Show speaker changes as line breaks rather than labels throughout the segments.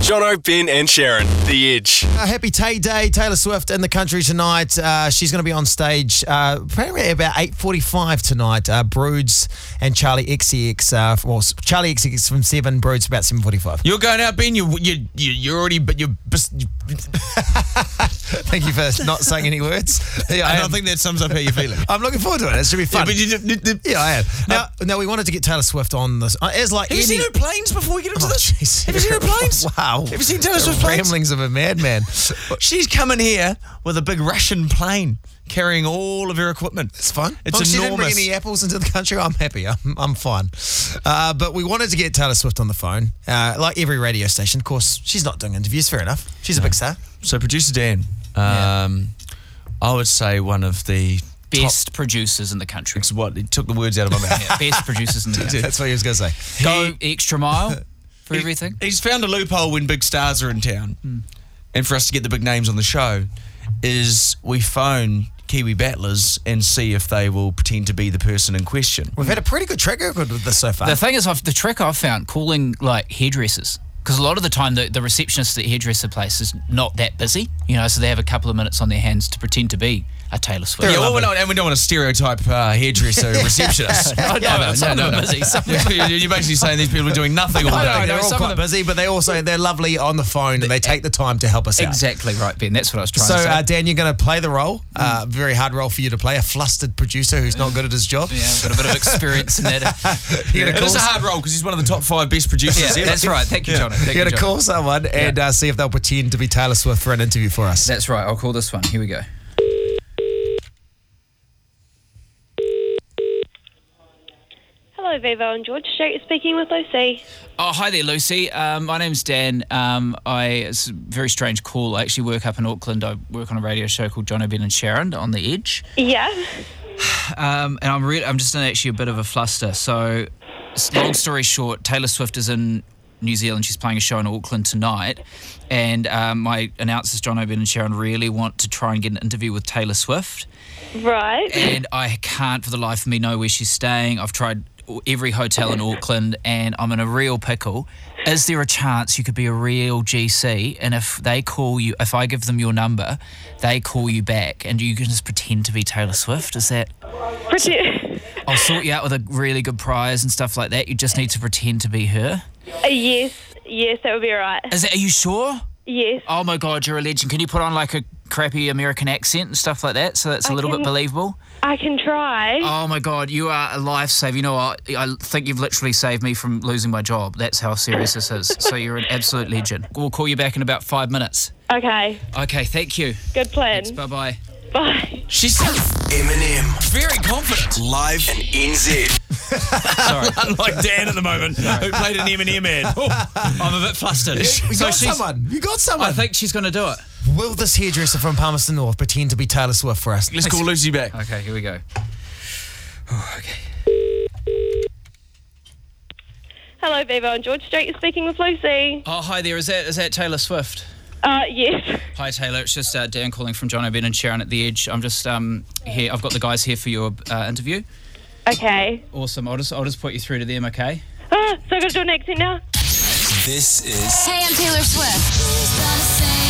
Jono, Ben, and Sharon, The Edge.
Uh, happy Tay Day, Taylor Swift in the country tonight. Uh, she's going to be on stage uh, probably about eight forty-five tonight. Uh, Broods and Charlie XCX, uh, well, s- Charlie XCX from seven, Broods about seven forty-five.
You're going out, Ben. You you you you're already, but you're. bes- you-
Thank you for not saying any words. Yeah,
I
I
don't
am.
think that sums up how you're feeling.
I'm looking forward to it. It should be
Yeah,
fun.
but
Yeah,
you, you, you,
I am. Now, now we wanted to get Taylor Swift on this. Uh, as like
Have you
any-
seen her planes before we get into
Oh,
this?
jeez.
Have you seen her planes?
Wow.
Have you seen Taylor
The
Swift's planes?
ramblings of a madman.
She's coming here with a big Russian plane carrying all of her equipment.
It's fun.
It's
Look, She didn't bring
enormous.
any apples into the country. I'm happy. I'm, I'm fine. Uh, but we wanted to get Taylor Swift on the phone, uh, like every radio station. Of course, she's not doing interviews. Fair enough. She's a big star.
So, producer Dan, um, I would say one of the
Best producers in the country.
Top, what he took the words out of my mouth.
Yeah, best producers in the country.
That's what he was going to say.
Go extra mile for everything. Hmm.
He's found a loophole when big stars are in town, and for us to get the big names on the show, is we phone Kiwi battlers and see if they will pretend to be the person in question.
We've had a pretty good track record with this so far.
The thing is, I've, the trick I've found calling like hairdressers because a lot of the time the, the receptionist at the hairdresser place is not that busy, you know, so they have a couple of minutes on their hands to pretend to be a Taylor Swift.
Yeah, well, we're not, and we don't want to stereotype uh, hairdresser receptionists.
I know, but some of them are busy, some of
You're you're basically saying these people are doing nothing all
I
day.
know,
they're
no,
all
some of
quite
them-
busy, but they also they're lovely on the phone and they take the time to help us out.
Exactly right, Ben. That's what I was trying
So,
to say.
uh, Dan, you're going to play the role.
Mm.
Uh, very hard role for you to play. A flustered producer who's not good at his job.
yeah, I've got a bit of experience in that.
You're going
It
to
is a
call,
hard role because he's one of the top five best producers
Yeah,
ever.
that's right. Thank you, John.
you're gonna call someone and uh, see if they'll pretend to be Taylor Swift for an interview for us.
That's right. I'll call this one. Here we go.
Hello, Vivo and George. Straight speaking with Lucy.
Oh, hi there, Lucy. Um, my name's Dan. Um, I it's a very strange call. I actually work up in Auckland. I work on a radio show called John O'Ben and Sharon on the Edge.
Yeah.
Um, and I'm re- I'm just in actually a bit of a fluster. So, s- long story short, Taylor Swift is in New Zealand. She's playing a show in Auckland tonight, and um, my announcers John O'Ben and Sharon really want to try and get an interview with Taylor Swift.
Right.
and I can't for the life of me know where she's staying. I've tried every hotel in Auckland and I'm in a real pickle. Is there a chance you could be a real GC? And if they call you, if I give them your number, they call you back and you can just pretend to be Taylor Swift? Is that.
Pretty.
I'll sort you out with a really good prize and stuff like that. You just need to pretend to be her.
Uh, yes. Yes, that would be right.
Is that. Are you sure?
Yes.
Oh my God, you're a legend. Can you put on like a crappy American accent and stuff like that so that's a
I
little bit
can-
believable?
I can try.
Oh my God, you are a lifesaver. You know, I, I think you've literally saved me from losing my job. That's how serious this is. So you're an absolute legend. We'll call you back in about five minutes.
Oh.
Okay.
Okay, thank you.
Good plan.
Bye bye.
Bye.
She sounds
Eminem,
very confident.
live and NZ.
Unlike Dan at the moment, who played an Eminem ad. Oh, I'm a bit flustered.
You
So
got
she's-
someone. You got
I
someone.
think she's going to do it.
Will this hairdresser from Palmerston North pretend to be Taylor Swift for us?
Let's call Lucy back.
Okay, here we go.
Hello, Vivo and George. Straight speaking with Lucy.
Oh, hi there. Is that is that Taylor Swift?
Uh, yes.
Hi Taylor, it's just uh, Dan calling from John O'Ben and Sharon at the Edge. I'm just um, here. I've got the guys here for your uh, interview.
Okay.
Awesome. I'll just I'll just put you through to them. Okay.
Ah, so I got to do an accent now.
This is
Hey, I'm Taylor Swift.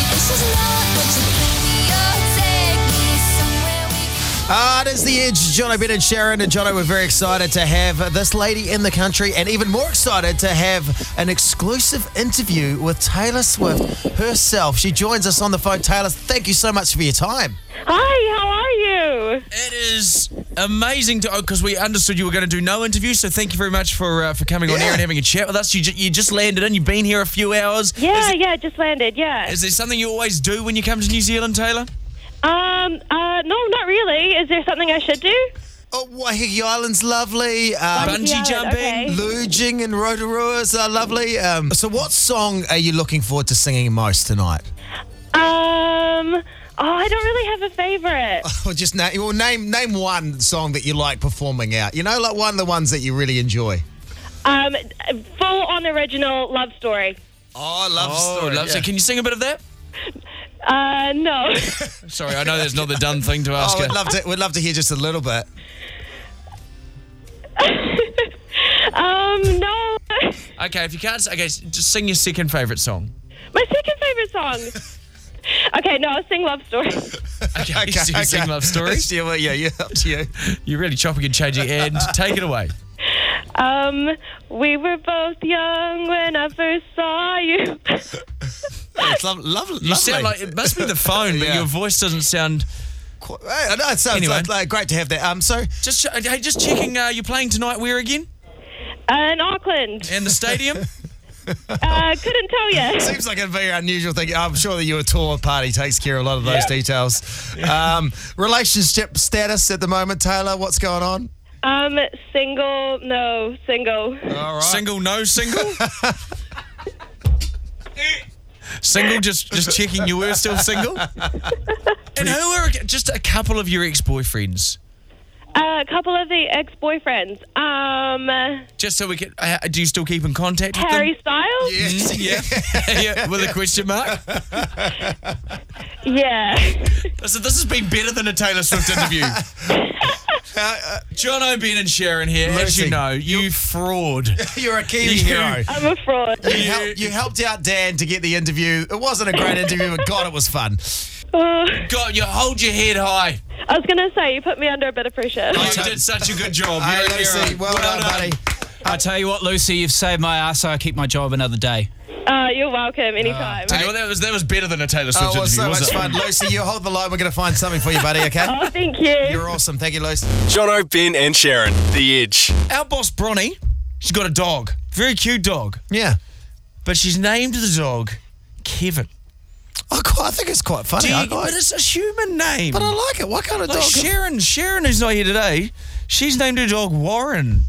This is not what you think you'll take me somewhere we can
Ah, it is the Edge. Jono, Ben, and Sharon. And Jono, we're very excited to have this lady in the country and even more excited to have an exclusive interview with Taylor Swift herself. She joins us on the phone. Taylor, thank you so much for your time.
Hi, how are you?
It is amazing to because we understood you were going to do no interview, so thank you very much for uh, for coming on
Yeah.
here and having a chat with us. You, ju- you just landed in. You've been here a few hours.
Yeah, yeah, just landed, yeah.
Is there something you always do when you come to New Zealand, Taylor?
Um, uh, no, not really. Is there something I should do?
Oh, Waiheke Island's lovely. Um,
Bungee
Yeah,
jumping.
Okay.
Luging and Rotorua's are lovely. Um, so, what song are you looking forward to singing most tonight?
Um, oh, I don't really have a favorite.
Well, just name, well, name name one song that you like performing out. You know, like one of the ones that you really enjoy.
Um, full on original love story.
Oh, love
love so Can you sing a bit of that?
Uh, no.
Sorry, I know that's not the done thing to
Oh,
ask.
we'd
her.
love to. We'd love to hear just a little bit.
um, no. Um,
Okay, if you can't, s- okay, s- just sing your second favourite song.
My second favorite song. Okay, no, I'll sing Love Story.
Okay, okay,
Okay,
okay.
okay.
love story.
It's you, yeah, yeah, up to you.
You're really chopping and changing. And take it away.
Um, we were both young when I first saw you.
It's love, love, lovely.
You sound like it must be the phone, but
Yeah.
your voice doesn't sound.
Qu- I know, it sounds
Anyway.
like, like great to have that. Um, so
Just ch- hey, just checking. Uh, you're playing tonight. Where again?
In Auckland.
In the stadium.
Uh, couldn't tell you.
seems like a very unusual thing. I'm sure that your tour party takes care of a lot of those details. Um, relationship status at the moment, Taylor. What's going on?
Um, single, no, single.
All right.
Single, no single. single, just just checking. You were still single. and who were just a couple of your ex-boyfriends?
Uh, a couple of the ex-boyfriends. Um,
Just so we can. Uh, do you still keep in contact with
Harry Styles.
them? Mm, yeah. yeah. With a question mark.
Yeah.
Listen, this has been better than a Taylor Swift interview.
Uh,
John O'Brien and Sharon here. As
Lucy,
you know, you fraud.
You're a Kiwi
You-
hero.
I'm a fraud.
You, help, you helped out Dan to get the interview. It wasn't a great interview, but God, it was fun.
Oh,
God, you hold your head high.
I was gonna say you put me under a bit of pressure.
You did such a good job.
Hey,
You're a
Lucy,
hero.
well, done, buddy.
I tell you what, Lucy, you've saved my ass, so I keep my job another day.
Uh, you're welcome anytime.
You know what, that was that was better than a Taylor Swift
Oh, it was
interview,
so much
wasn't
fun.
it?
Lucy, you hold the line. We're going to find something for you, buddy, okay?
oh, thank you.
You're awesome. Thank you, Lucy.
Jono, Ben, and Sharon. The Edge.
Our boss Bronny, she's got a dog, very cute dog,
Yeah.
but she's named the dog Kevin.
I, quite, I think it's quite funny.
Do
I,
you-
I-
but it's a human name.
but I like it. What kind of
like
dog?
Sharon, Sharon who's not here today, she's named her dog Warren.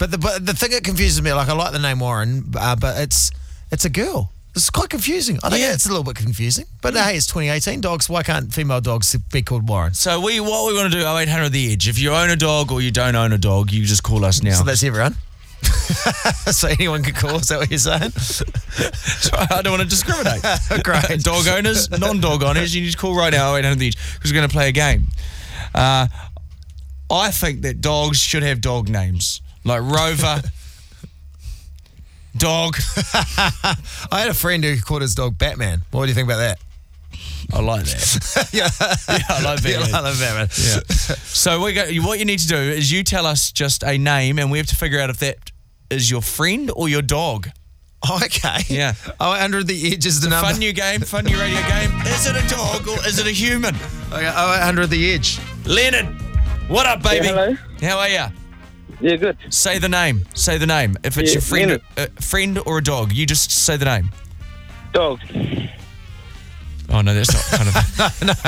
But the but the thing that confuses me, like I like the name Warren, uh, but it's it's a girl. It's quite confusing. I think
Yeah.
it's a little bit confusing. But hey, it's 2018. Dogs. Why can't female dogs be called Warren?
So we what we want to do 0800 the edge. If you own a dog or you don't own a dog, you just call us now.
So that's everyone. so anyone could call. Is that what you're saying?
I don't want to discriminate.
Great.
dog owners, non-dog owners, you need to call right now 0800 the edge because we're going to play a game. Uh, I think that dogs should have dog names like Rover, Dog.
I had a friend who called his dog Batman. What do you think about that?
I like that. yeah. I like that.
Yeah, I love Batman.
Yeah. so we go, what you need to do is you tell us just a name, and we have to figure out if that is your friend or your dog.
Oh, okay.
Yeah.
Oh, under the edge is the number.
Fun new game, fun new radio game. Is it a dog or is it a human?
okay, oh, under the edge.
Leonard, what up, baby?
hello.
How are ya?
Yeah, good.
Say the name. Say the name. If it's
Yeah,
your friend,
Leonard.
a friend or a dog, you just say the name.
Dog.
Oh no, that's not kind of.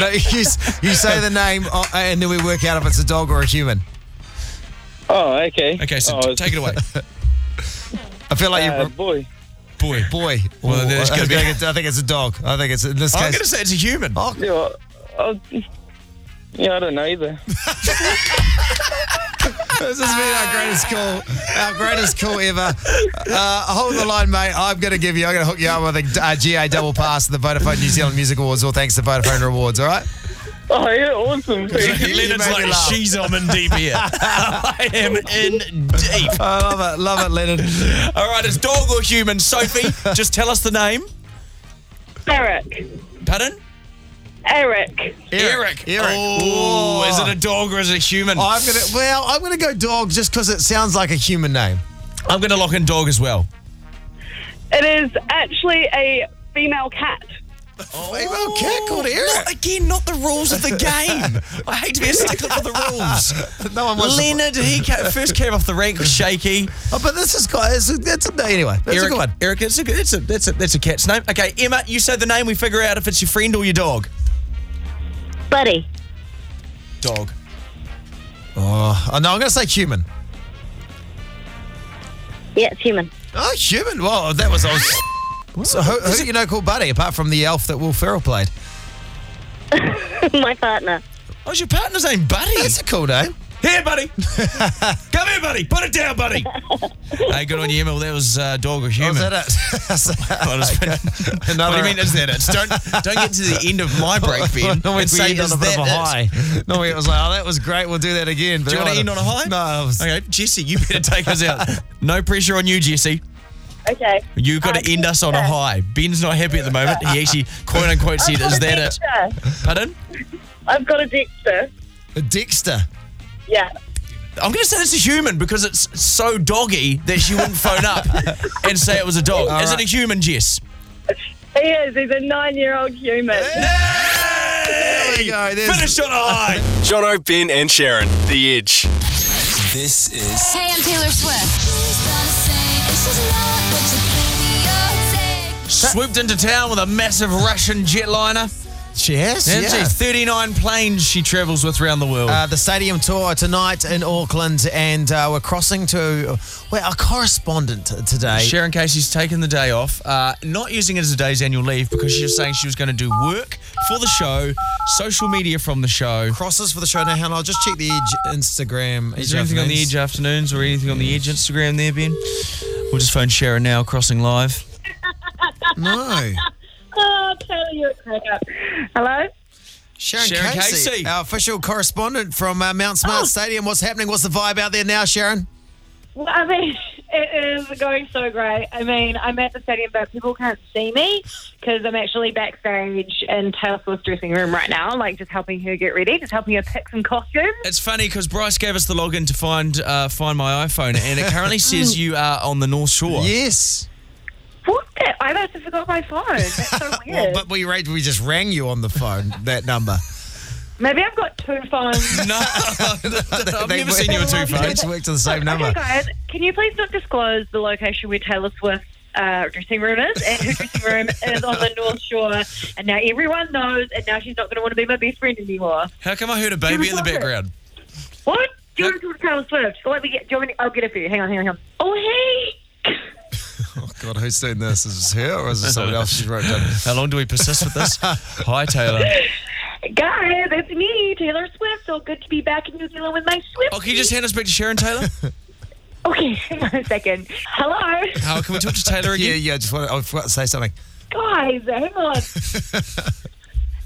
No, you, s- you say the name, uh, and then we work out if it's a dog or a human.
Oh, okay.
Okay, so
oh,
take it away,
I feel like
uh,
you're.
boy.
boy.
boy.
Well, there's
I,
gotta be-
think it's, I think it's a dog. I think it's in this
I'm
case.
gonna say it's a human.
Oh,
Yeah, well, I'll, yeah, I don't know either.
this has been our greatest call, our greatest call ever. Uh, hold the line, mate. I'm going to give you. I'm going to hook you up with a uh, GA double pass at the Vodafone New Zealand Music Awards, all thanks to Vodafone Rewards. All right.
Oh, yeah, awesome. Thank you.
Leonard's
made me
like,
laugh.
she's I'm in deep here. I am in deep.
I love it. Love it, Leonard.
All right, it's dog or human, Sophie. just tell us the name.
Eric.
Pardon?
Eric.
Eric.
Eric.
Oh,
Oh.
is it a dog or is it a human?
I'm gonna. Well, I'm gonna go dog just because it sounds like a human name.
I'm going to lock in dog as well.
It is actually a female cat.
Oh.
Female cat called Eric.
again, not the rules of the game. I hate to be a stickler for the rules.
No one wants. to-
Leonard, he ca first came off the rank was shaky.
Oh, but this is quite. It's, it's a, anyway. That's
Eric,
a good one.
Eric, it's a good, it's a, that's a, that's a cat's name. Okay, Emma, you say the name, we figure out if it's your friend or your dog.
Buddy.
Dog.
Oh, oh, no, I'm gonna say human.
Yeah, it's human.
Oh, human. Well, that was. I was so who, who do you know called Buddy apart from the elf that Will Ferrell played?
My partner.
Oh, is your partner's name Buddy?
That's a cool name.
Here, buddy. Come here, buddy. Put it down, buddy. hey, good on you, Emma. Well, that was uh, dog or
Is
human.
that it?
Well, it's been-
Another-
what do you mean? Is that it? Don't don't get to the end of my break, Ben.
No, we
and say,
end on
"Is
a bit of a
that it?"
high. No, we- it was like, oh, that was great. We'll do that again. But
Do you want to
that
end on a high?
wasn't- No, it was,
Okay, Jesse, you better take us out. No pressure on you, Jesse.
Okay.
You got to end us on a high. Ben's not happy at the moment. He actually, quote unquote, said, "Is that it?"
it?
Pardon?
I've got a Dexter.
Dexter.
Yeah.
I'm going to say this is human because it's so doggy that she wouldn't phone up and say it was a dog. is it a human, Jess?
He is. He's a nine-year-old human.
There we go. There's
Finish on a high.
Jono, Ben, and Sharon, The Edge.
This is
Hey, I'm Taylor Swift. She's gonna sing. It's just love, but you give me your take.
Swooped into town with a massive Russian jetliner.
Jess.
And
yeah.
she- 39 planes she travels with around the world.
Uh, the stadium tour tonight in Auckland, and uh, we're crossing to well, our correspondent t- today.
Sharon Casey's taken the day off, uh, not using it as a day's annual leave because she was saying she was going to do work for the show, social media from the show.
Crosses for the show now, Hannah. I'll just check the Edge Instagram.
Is there anything on the Edge Afternoons or anything on the Edge Instagram there, Ben? We'll just phone Sharon now, crossing live.
No.
Oh, Taylor, you're a cracker. Hello.
Sharon,
Sharon
Casey,
Casey.
our official correspondent from uh, Mount Smart Stadium. What's happening? What's the vibe out there now, Sharon?
Well, I mean, it is going so great. I mean, I'm at the stadium, but people can't see me because I'm actually backstage in Taylor Swift's dressing room right now, like just helping her get ready, just helping her pick some costumes.
It's funny because Bryce gave us the login to find uh, find my iPhone, and it currently says you are on the North Shore.
Yes.
What? The? I must have forgot my phone. That's so
Well,
weird.
but we ra- we just rang you on the phone that number.
Maybe I've got two phones.
No, I've never seen you with two
They
phones.
each worked on the same
Okay,
number.
guys, can you please not disclose the location where Taylor Swift's uh, dressing room is, and her dressing room is on the North Shore, and now everyone knows, and now she's not going to want to be my best friend anymore.
How come I heard a baby in the background?
What? Do you want to talk to Taylor Swift? Let me get. Do you want me, I'll get it for you. Hang on, hang on, hang on. Oh hey.
Oh God, who's doing this? Is it her or is it someone else she wrote down?
How long do we persist with this? Hi, Taylor.
Guys, it's me, Taylor Swift. So good to be back in New Zealand with my Swift.
Oh, can you just hand us back to Sharon Taylor?
Okay, hang on a second. Hello,
How can we talk to Taylor
Yeah,
again?
yeah. I Just want to, I forgot to say something.
guys. Hang on.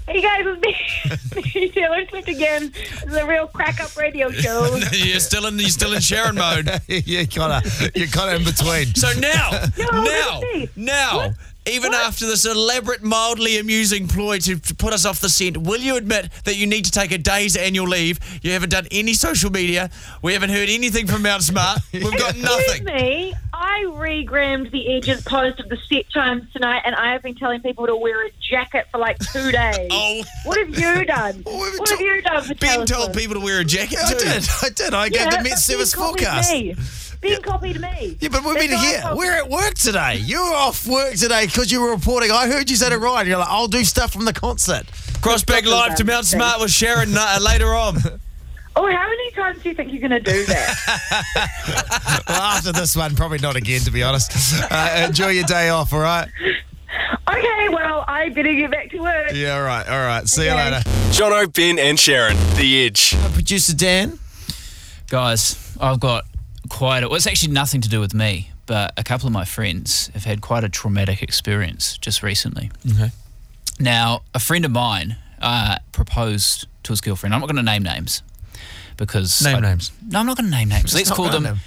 Hey guys, it's me, me, Taylor Swift again. This is a real crack up radio show.
you're still in you're still in Sharon mode.
you kind of, you kind of in between.
So now,
No,
now,
really?
now, even after this elaborate, mildly amusing ploy to, to put us off the scent, will you admit that you need to take a day's annual leave? You haven't done any social media. We haven't heard anything from Mount Smart. We've got
Excuse
nothing.
me, I regrammed the edges post of the set times tonight, and I have been telling people to wear a jacket for like two days.
Oh.
What have you done? what have you done for
Ben
Taylor
told
Swift?
people to wear a jacket.
I
too.
did. I did. I gave
Yeah,
the
but Ben
Met Service
copied
forecast.
Me. Ben copied me.
Yeah, but we've
That's
been
why I
here.
told-
We're at work today. You were off work today because you were reporting. I heard you said it right. You're like, I'll do stuff from the concert.
Crossback live to Mount Smart with Sharon uh, later on.
Oh, how many times do you think you're going to do that?
Well, after this one, probably not again, to be honest. Uh, enjoy your day off, all right?
okay, well, I better get back to work.
Yeah, all right, all right. See you
Okay.
later.
Jono, Ben, and Sharon, The Edge.
Producer Dan.
Guys, I've got quite a. Well, it's actually nothing to do with me, but a couple of my friends have had quite a traumatic experience just recently.
Okay.
Now, a friend of mine uh, proposed to his girlfriend. I'm not going to name names because.
Name
I-
names.
No, I'm not going to name names. Let's
not
call
gonna
them
name.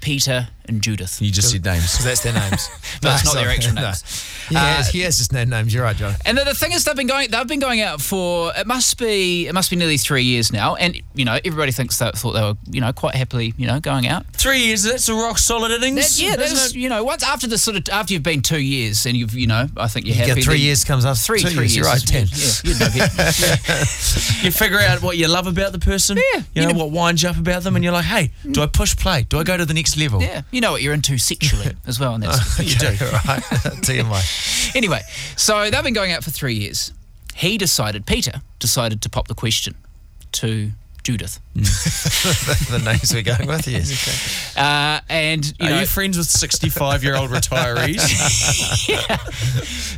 Peter and Judith.
You just said names.
That's their Uh, names.
But it's not their actual
No.
names.
Yeah, it's- yeah, it's just their names. You're right, John.
And the, the thing is, they've been going. They've been going out for it must be it must be nearly three years now. And you know, everybody thinks that thought they were you know quite happily you know going out.
Three years. That's a rock solid innings.
That, yeah,
isn't
that's
it?
you know once after the sort of after you've been two years and you've you know I think you're
You
happy.
get three
then-
years comes up.
Three,
two
three
years.
years.
You're right, Dan.
Yeah, yeah, you'd know, yeah.
You figure out what you love about the person.
Yeah.
You know,
You know-
what winds you up about them, and you're like, hey, do I push play? Do I go to the next level?
yeah, you know what you're into sexually as well. And that's
You do. All right. TMI.
anyway, so they've been going out for three years. He decided, Peter decided to pop the question to Judith,
the names we're going with, yes.
uh, and you
Are
know,
you friends with 65 year old retirees?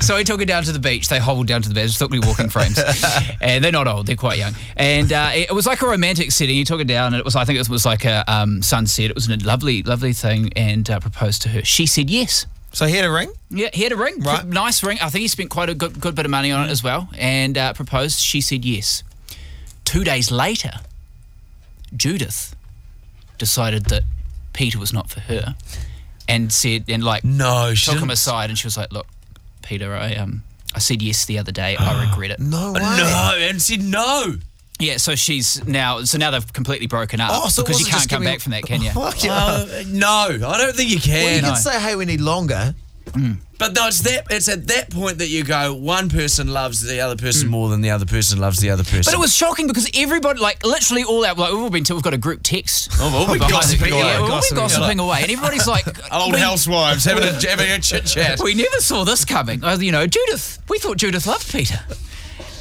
So he took her down to the beach. They hobbled down to the beach. Just took me walking frames, and they're not old. They're quite young. And uh, it, it was like a romantic setting. He took her down, and it was I think it was like a um, sunset. It was a lovely, lovely thing, and uh, proposed to her. She said yes.
So here to ring.
Yeah, he had a ring,
Right.
nice ring. I think he spent quite a good, good bit of money on it as well, and uh, proposed. She said yes. Two days later, Judith decided that Peter was not for her, and said and like
No, she
took him
didn't-
aside and she was like, "Look, Peter, I um I said yes the other day. I regret it."
Uh, No way.
No, and said no.
Yeah, so she's now so now they've completely broken up
Oh, so it
because you
wasn't
can't
just
come
giving-
back from that, can you?
Fuck yeah.
Uh, no, I don't think you can.
well, you
no.
can say, hey, we need longer.
But no, it's that. It's at that point that you go. One person loves the other person more than the other person loves the other person.
Hmm. But it was shocking because everybody, like literally all out, like we've all been to, we've got a group text.
Oh, we'll be
Behind the-
gossiping away,
yeah, we've all been
gossiping
gossiping away, and everybody's like,
old
we,
housewives having a having a chit chat.
We never saw this coming. Uh, you know, Judith. We thought Judith loved Peter,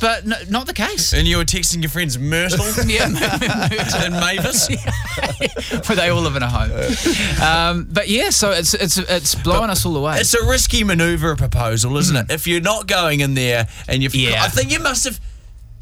but no, not the case.
And you were texting your friends Myrtle
yeah,
and Mavis.
where they all live in a home. Um, but yeah, so it's it's it's blowing us all away.
It's a risky maneuver, a proposal, isn't it? If you're not going in there and you've,
Hmm. Yeah.
I think you must have,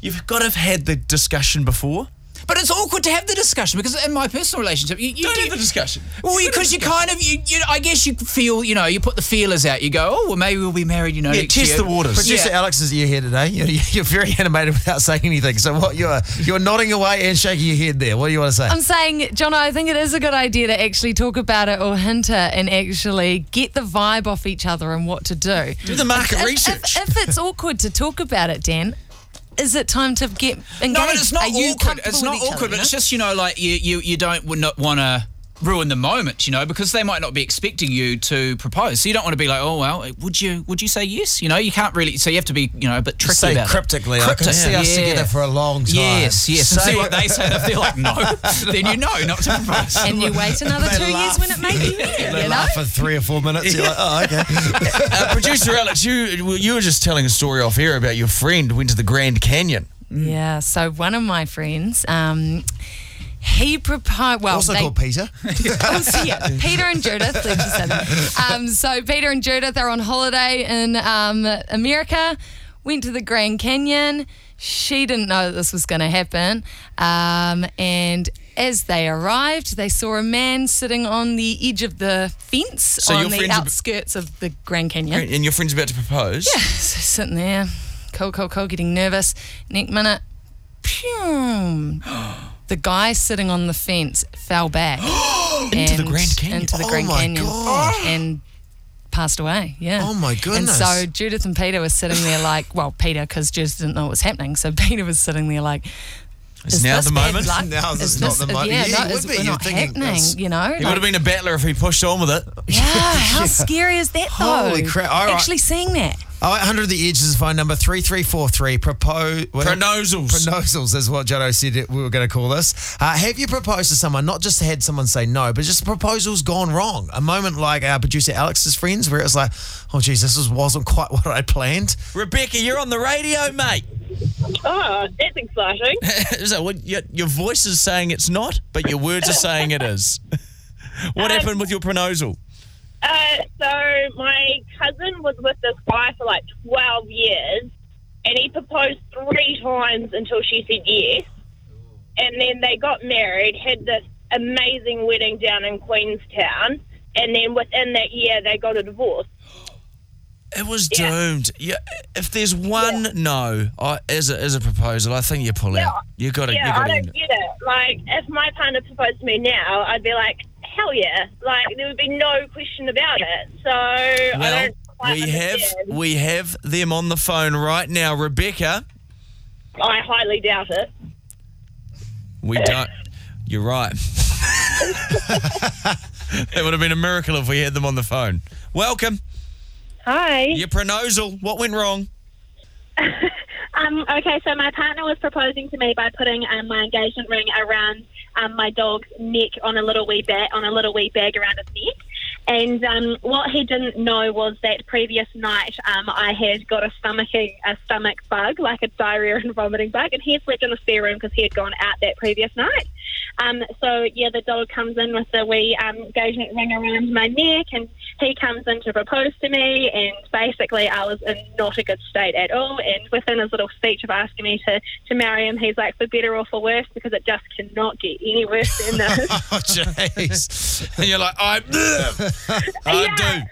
you've got to have had the discussion before.
But it's awkward to have the discussion because in my personal relationship, you, you
Don't
do-
have the discussion.
Well, because you kind of, you, you, I guess you feel, you know, you put the feelers out. You go, oh, well, maybe we'll be married, you know.
Yeah,
next
test
year.
the waters.
Yeah.
Producer Alex is you here today. You're, you're very animated without saying anything. So what you're you're nodding away and shaking your head there. What do you want to say?
I'm saying, John, I think it is a good idea to actually talk about it or hint at and actually get the vibe off each other and what to do.
Do the market
If,
research.
if, if it's awkward to talk about it, Dan, is it time to get engaged?
No, but it's not
Are you
awkward.
comfortable
It's
with
not
each
awkward,
other,
but
you
it's
know?
just you know, like you you, you don't would not want to ruin the moment, you know, because they might not be expecting you to propose. So you don't want to be like, oh well, would you would you say yes? You know, you can't really. So you have to be you know a bit tricky
say
about it.
cryptically. I
Cryptic,
can see us
yeah.
together for a long time.
Yes, yes. and
Say-
see what they say. If they're like no, then you know not to propose.
And you wait another
They
two
laugh.
years when it may be needed,
They
you know?
laugh for three or four minutes. You're like, oh, okay.
uh, producer Alex, you well, you were just telling a story off air about your friend went to the Grand Canyon.
Yeah, so one of my friends, um, he proposed. Well,
also
they-
called Peter.
Oh, yeah. Peter and Judith. let's just say that. Um, so Peter and Judith are on holiday in um, America. Went to the Grand Canyon. She didn't know that this was going to happen. Um, and as they arrived, they saw a man sitting on the edge of the fence
Oh, your
on the
friends are-
outskirts of the Grand Canyon.
And your friend's about to propose.
So sitting there, cold, cold, cold, getting nervous. Next minute, pum, the guy sitting on the fence fell back into
the Grand Canyon.
Into the
Oh
Grand
my
Canyon
God.
and passed away. Yeah.
Oh my goodness.
And so Judith and Peter were sitting there like, well, Peter, because Judith didn't know what was happening, so Peter was sitting there like.
It's
is
now
this
the
bad
moment?
luck?
Now
Is
is not the moment.
Yeah,
Yeah,
no,
it
is
would be.
it
You're
not
thinking
happening,
that's-
you know?
He would have been a battler if he pushed on with it.
yeah, how scary is that though?
Holy crap. All right.
Actually seeing that.
Oh, 100 of the Edge is phone number 3343. Propose.
Proposals.
Proposals is what Jono said it, we were going to call this. Uh, have you proposed to someone, not just had someone say no, but just a proposal's gone wrong? A moment like our producer Alex's friends, where it was like, oh, geez, this was, wasn't quite what I planned.
Rebecca, you're on the radio, mate.
Oh, that's exciting.
Is that what your, your voice is saying it's not, but your words are saying it is?
Um,
What happened with your proposal?
Uh, so my cousin was with this guy for like 12 years, and he proposed three times until she said yes. And then they got married, had this amazing wedding down in Queenstown, and then within that year they got a divorce.
It was doomed. Yeah. If there's one no I, as, a, as a proposal, I think you pull out. You got to.
Yeah,
you
I
got to
don't get it. Like, if my partner proposed to me now, I'd be like, hell yeah. Like, there would be no question about it. So I
Well,
don't quite
we have
understand.
we have them on the phone right now, Rebecca.
I highly doubt it.
We don't. You're right. it would have been a miracle if we had them on the phone. Welcome.
Hi.
Your proposal. What went wrong?
Um, okay, so my partner was proposing to me by putting um, my engagement ring around um, my dog's neck on a little wee bag on a little wee bag around his neck. And um, what he didn't know was that previous night um, I had got a stomach a stomach bug, like a diarrhea and vomiting bug, and he had slept in the spare room because he had gone out that previous night. Um, so yeah, the dog comes in with the wee um, engagement ring around my neck, and he comes in to propose to me. And basically, I was in not a good state at all. And within his little speech of asking me to, to marry him, he's like, "For better or for worse," because it just cannot get any worse than this.
Oh, jeez.
And you're like, I, I do.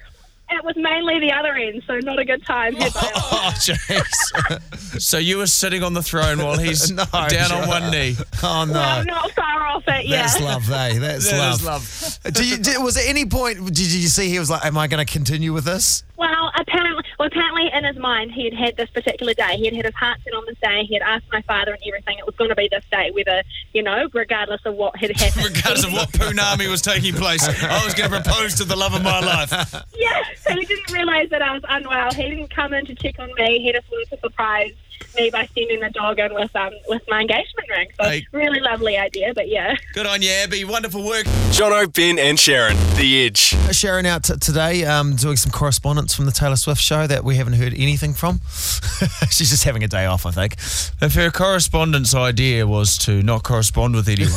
it was mainly the other end, so not a good time. Here, by all.
oh, jeez.
So you were sitting on the throne while he's
No,
down on
sure.
one knee.
Oh, no.
I'm not far off. outfit. Yeah.
That's love, though. That's
That
love. Uh,
is love.
Do you, did, was there any point? Did you see he was like, "Am I going to continue with this?"
Well, apparently, well, apparently, in his mind, he had had this particular day. He had had his heart set on this day. He had asked my father and everything. It was going to be this day, whether you know, regardless of what had happened.
Regardless of what punami was taking place, I was going to propose to the love of my life.
Yeah, so he didn't realise that I was unwell. He didn't come in to check on me. He just wanted to surprise me by sending the dog in with um with my engagement ring. So
Hey.
really lovely idea, but yeah.
Good on you, Abby. Wonderful work.
Jono, Ben, and Sharon, The Edge.
Uh, Sharon out t- today, um, doing some correspondence from the Taylor Swift show that we haven't heard anything from. She's just having a day off, I think.
If her correspondence idea was to not correspond with anyone,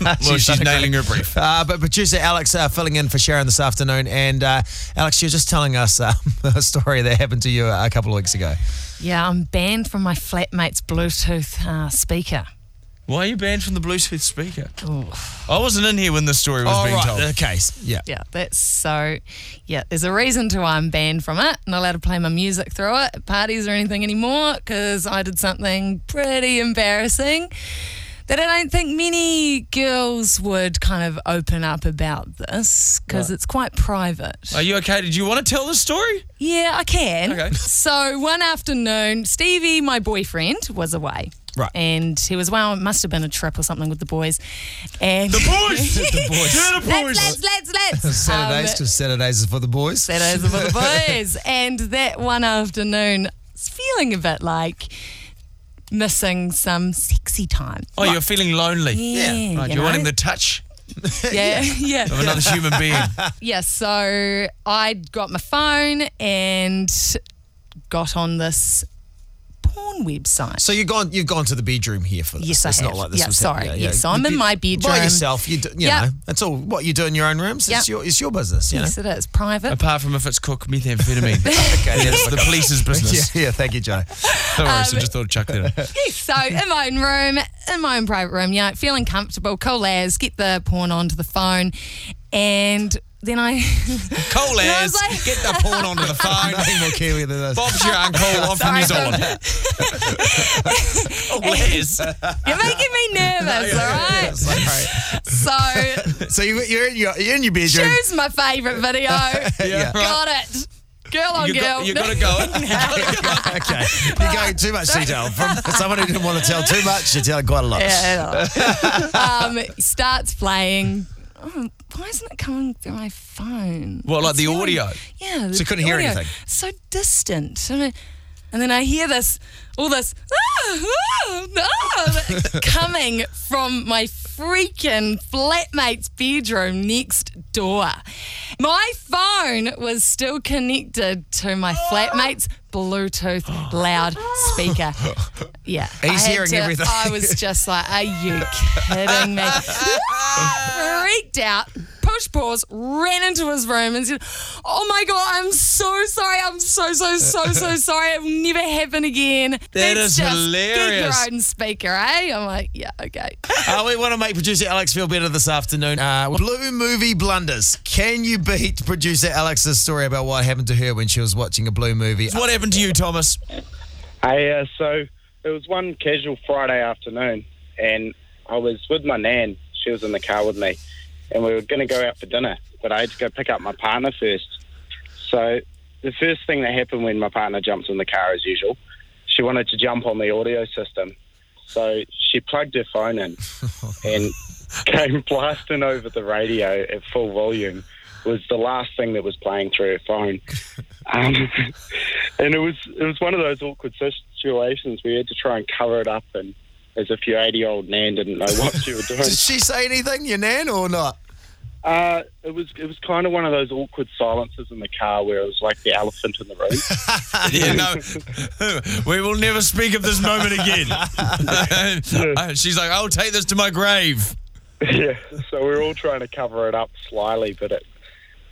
well, she's, nailing her brief.
Uh, but producer Alex uh, filling in for Sharon this afternoon, and uh, Alex, you're just telling us um, a story that happened to you a couple of weeks ago.
Yeah, I'm banned from my flatmate's Bluetooth uh, speaker.
Why are you banned from the Bluetooth speaker? Oh, I wasn't in here when this story was being told.
Okay. Yeah.
Yeah, that's so. Yeah, there's a reason to why I'm banned from it. Not allowed to play my music through it at parties or anything anymore because I did something pretty embarrassing that I don't think many girls would kind of open up about this because it's quite private.
Are you okay? Did you want to tell the story?
Yeah, I can.
Okay.
So one afternoon, Stevie, my boyfriend, was away.
Right.
And he was well, it must have been a trip or something with the boys. And
The boys! the boys!
let's, let's, let's, let's.
Saturdays,
Um,
because Saturdays is for the boys.
Saturdays are for the boys. And that one afternoon, I was feeling a bit like missing some sexy time.
Oh, you're feeling lonely.
Yeah,
Right,
you
you're wanting
know?
the touch
Yeah, yeah.
of another human being.
yeah, so I got my phone and got on this porn website.
So you've gone, you've gone to the bedroom here for this.
Yes, I
it's
have.
not like this
Yeah,
was
sorry.
Yeah,
Yes, I'm in my bedroom.
by yourself. You, do, you
Yeah.
know, it's all what you do in your own rooms. It's
Yeah.
your, it's your business. You know?
yes, it is private.
Apart from if it's cook methamphetamine. Yes, the police's business.
Yeah, yeah, thank you, Joe.
Don't worry,
Um,
so just thought I'd chuck that in.
so in my own room, in my own private room, yeah, feeling comfortable, cool as, get the porn onto the phone, and then I
Cole
I
Ayres,
was like-
get the porn onto the phone.
Nothing more Kiwi than this.
Bob's your uncle, I'm from Oh, New
Sorry,
Zealand. Cole Ayres.
You're making me nervous, all right? So
So you, you're in your you're in your bedroom.
choose my favourite video.
Yeah, right.
Got it. Girl on
You
girl.
got, you got to go. in.
okay, you're going too much detail. From someone who didn't want to tell too much, you're telling quite a lot.
Yeah, I know. um, starts playing. Oh, why isn't it coming through my phone?
What, like
It's
the
really-
audio?
Yeah.
So you couldn't hear anything?
So distant. I mean, And then I hear this, all this "Ah, ah, ah," coming from my freaking flatmate's bedroom next door. My phone was still connected to my flatmate's Bluetooth loudspeaker. Yeah.
He's
I had
hearing
to-
everything.
I was just like, are you kidding me? Freaked out, push pause, ran into his room and said, Oh my God, I'm so sorry. I'm so, so, so, so sorry. It will never happen again. That
is hilarious.
Get your own speaker, eh? I'm like, Yeah, okay.
Uh, we want to make producer Alex feel better this afternoon. Uh, Blue movie blunders. Can you beat producer Alex's story about what happened to her when she was watching a blue movie?
What happened to you, Thomas?
Hey, uh, so it was one casual Friday afternoon, and I was with my nan. She was in the car with me, and we were going to go out for dinner, but I had to go pick up my partner first. So the first thing that happened when my partner jumped in the car, as usual, she wanted to jump on the audio system. So she plugged her phone in and came blasting over the radio at full volume. Was the last thing that was playing through her phone. Um, and it was it was one of those awkward situations where you had to try and cover it up and as if your 80 year old nan didn't know what you were doing.
Did she say anything, your nan, or not?
Uh, it was it was kind of one of those awkward silences in the car where it was like the elephant in the room.
Yeah, no, we will never speak of this moment again. Uh, She's like, I'll take this to my grave.
yeah, so we were all trying to cover it up slyly, but it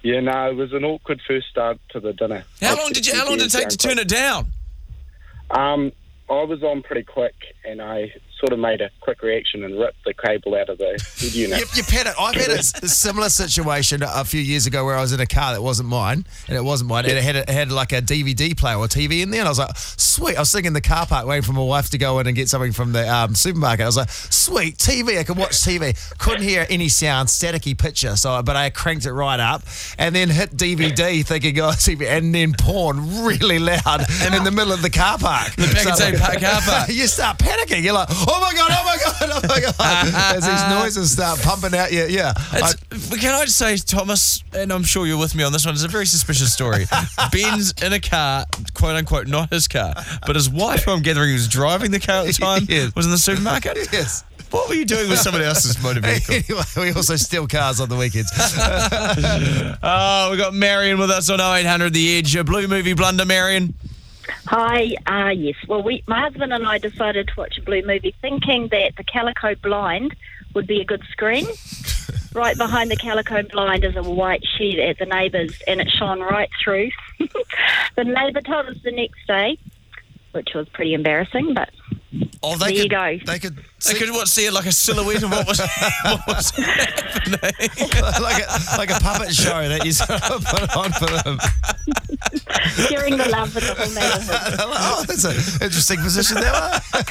yeah no, it was an awkward first start to the dinner.
How long did you? How long did it take to turn it down?
Um, I was on pretty quick, and I sort of made a quick reaction and ripped the cable out of the head unit.
Yep, you've had it. I've had a s- a similar situation a few years ago where I was in a car that wasn't mine, and it wasn't mine, and it had, it had like a DVD player or TV in there, and I was like, sweet. I was sitting in the car park waiting for my wife to go in and get something from the um, supermarket. I was like, sweet, TV. I could watch TV. Couldn't hear any sound, staticky picture, so but I cranked it right up and then hit DVD thinking, oh, TV, and then porn really loud and in the middle of the car park. The
Pekingese park- car park.
you start panicking. You're like, oh my God, oh my God, oh my God. As these noises start pumping out you. Yeah. I,
It's- can I just say, Thomas, and I'm sure you're with me on this one, it's a very suspicious story. Ben's in a car, quote unquote, not his car, but his wife, who I'm gathering, who was driving the car at the time,
Yes.
was in the supermarket.
yes.
What were you doing with someone else's motor vehicle?
Anyway, we also steal cars on the weekends.
Oh, we got Marion with us on 0800 The Edge. A blue movie blunder, Marion.
Hi, uh, yes. Well, we, my husband and I decided to watch a blue movie thinking that the calico blind would be a good screen. right behind the calico blind is a white shed at the neighbour's, and it shone right through. the neighbour told us the next day, which was pretty embarrassing, but
Oh,
there
they
you
could,
go.
they could.
they could what, see it like a silhouette of what was, what was happening.
like a, like a puppet show that you sort of put on for them.
Sharing the love with the whole neighbourhood.
oh, that's an interesting position there. wasn't it?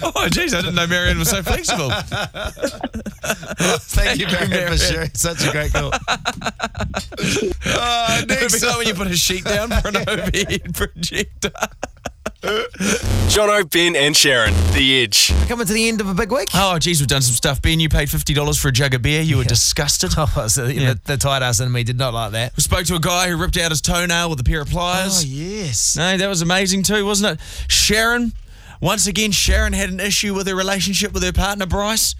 Oh, jeez, I didn't know Marion was so flexible.
Thank you, Marion,
Thank you,
for
Marion.
sharing such a great call.
Oh, next time when you put a sheet down for an overhead projector.
Jono, Ben, and Sharon, The Edge.
Coming to the end of a big week.
Oh, geez, we've done some stuff. Ben, you paid $50 for a jug of beer. You were disgusted.
Oh, so, you know, the, tight ass in me did not like that.
We spoke to a guy who ripped out his toenail with a pair of pliers.
Oh, yes.
No, that was amazing too, wasn't it? Sharon, once again, Sharon had an issue with her relationship with her partner, Bryce.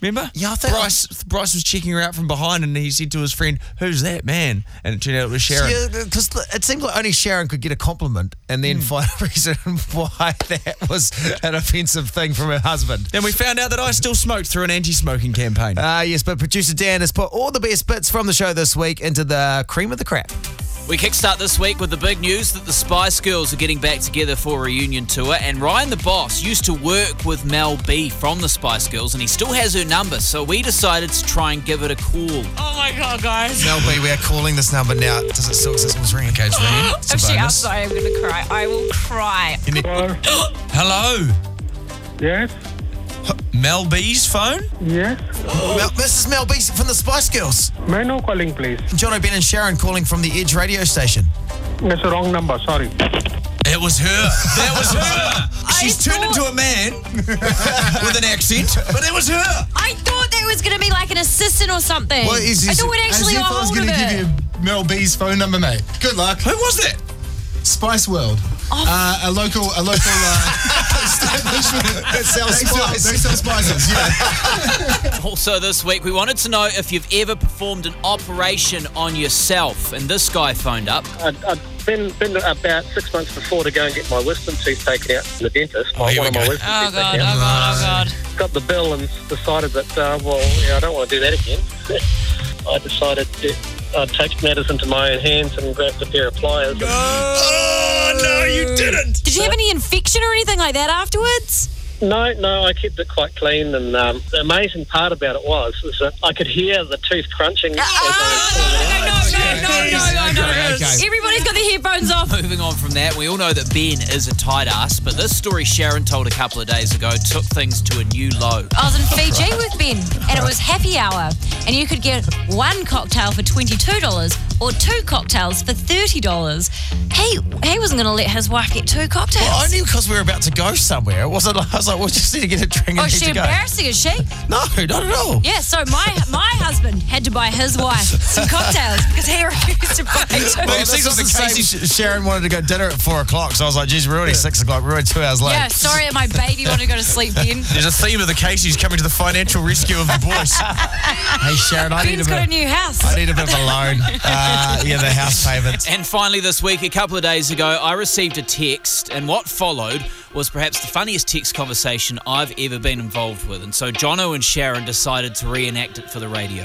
Remember?
Yeah, I think-
Bryce, Bryce was checking her out from behind and he said to his friend, Who's that man? And it turned out it was Sharon.
Because uh, it seemed like only Sharon could get a compliment and then find a reason why that was an offensive thing from her husband.
And we found out that I still smoked through an anti smoking campaign.
Ah, yes, but producer Dan has put all the best bits from the show this week into the cream of the crap.
We kickstart this week with the big news that the Spice Girls are getting back together for a reunion tour, and Ryan the Boss used to work with Mel B from the Spice Girls, and he still has her number, so we decided to try and give it a call.
Oh my god, guys.
Mel B, we are calling this number now. Does it still exist? It was ringing. Okay, it's ringing. It's a
If she
bonus.
asks, I am going to cry. I will cry.
Hello?
Hello,
Yes?
Mel B's phone?
Yes?
Mel, this is Mel B from the Spice Girls.
May no calling, please?
John O'Ben and Sharon calling from the Edge radio station.
That's a wrong number, sorry.
It was her. That was her. She's turned
thought-
into a man with an accent, but it was her.
I thought that was going to be like an assistant or something. I thought we'd actually got hold of it.
you Mel B's phone number, mate. Good luck.
Who was that?
Spice World.
Oh.
Uh, a local, a local uh, establishment that sells spices. They sell spices. Yeah.
Also, this week, we wanted to know if you've ever performed an operation on yourself, and this guy phoned up.
Oh,
I'd, I'd been, been about six months before to go and get my wisdom teeth taken out to the dentist. My,
here
one
we
of my
go.
wisdom
Oh
teeth
god, oh
taken out.
god, oh god.
Got the bill and decided that, uh, well, yeah, I don't want to do that again. I decided that I'd take matters into my own hands and grabbed a pair of pliers. and-
Oh, no, you didn't.
Did you have any infection or anything like that afterwards?
No, no, I kept it quite clean, and um, the amazing part about it was is that I could hear the tooth crunching. as I was
Oh, no, no, no, no, no, no, no.
okay.
Everybody's got their headphones off.
Moving on from that, we all know that Ben is a tight ass, but this story Sharon told a couple of days ago took things to a new low.
I was in Fiji with Ben, and it was happy hour, and you could get one cocktail for twenty-two dollars or two cocktails for thirty dollars. He he wasn't going to let his wife get two cocktails.
Only because we were about to go somewhere. It wasn't like I was like, we'll just need to get a drink and
oh,
need
is she
to go.
embarrassing? Is she?
No, not at all.
Yeah. So my my husband had to buy his wife some cocktails because he refused to buy two.
Well,
you
this
see
was the
something
same.
crazy-
Sh- Sharon wanted to go dinner at four o'clock, so I was like, "Geez, we're already six o'clock. We're already two hours late."
Yeah. Sorry that my baby wanted to go to sleep. Then
There's a theme of the Casey's coming to the financial rescue of the voice.
Hey, Sharon, I need a
Ben's
bit.
got a new house.
I need a bit of a loan. Uh, yeah, the house payments.
And finally, this week, a couple of days ago, I received a text, and what followed was perhaps the funniest text conversation I've ever been involved with. And so, Jono and Sharon decided to reenact it for the radio.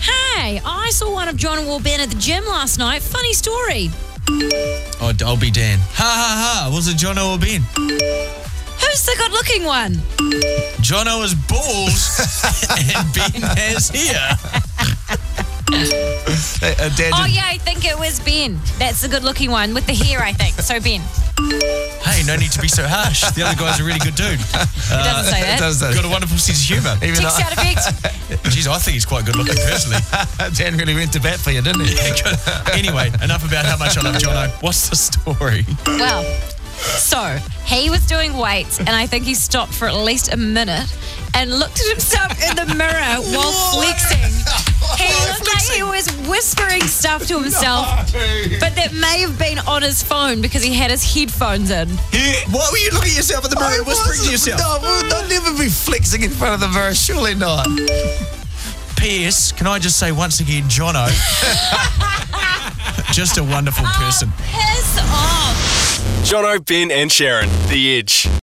Hey, I saw one of John and Will Ben at the gym last night. Funny story.
oh, I'll be Dan. Ha ha ha. Was it John or Ben?
Who Who's the good looking one?
Jono is balls and Ben has here.
Oh, yeah, I think it was Ben. That's the good looking one with the hair, I think. So, Ben.
Hey, no need to be so harsh. The other guy's a really good dude. Uh, It
doesn't say that. It does,
does.
Got a wonderful sense of humour.
Even
Text out effect.
Jeez, I think he's quite good looking personally.
Dan really went to bat for you, didn't he?
anyway, enough about how much I love Jono. What's the story?
Well, so he was doing weights, and I think he stopped for at least a minute and looked at himself in the mirror while flexing. He looked like he was whispering stuff to himself, but that may have been on his phone because he had his headphones in.
Why were you looking at yourself in the mirror and whispering to yourself?
No, I'll never be flexing in front of the mirror. Surely not.
P.S. Can I just say once again, Jono, just a wonderful person.
Oh, Piss off.
Jono, Ben, and Sharon, The Edge.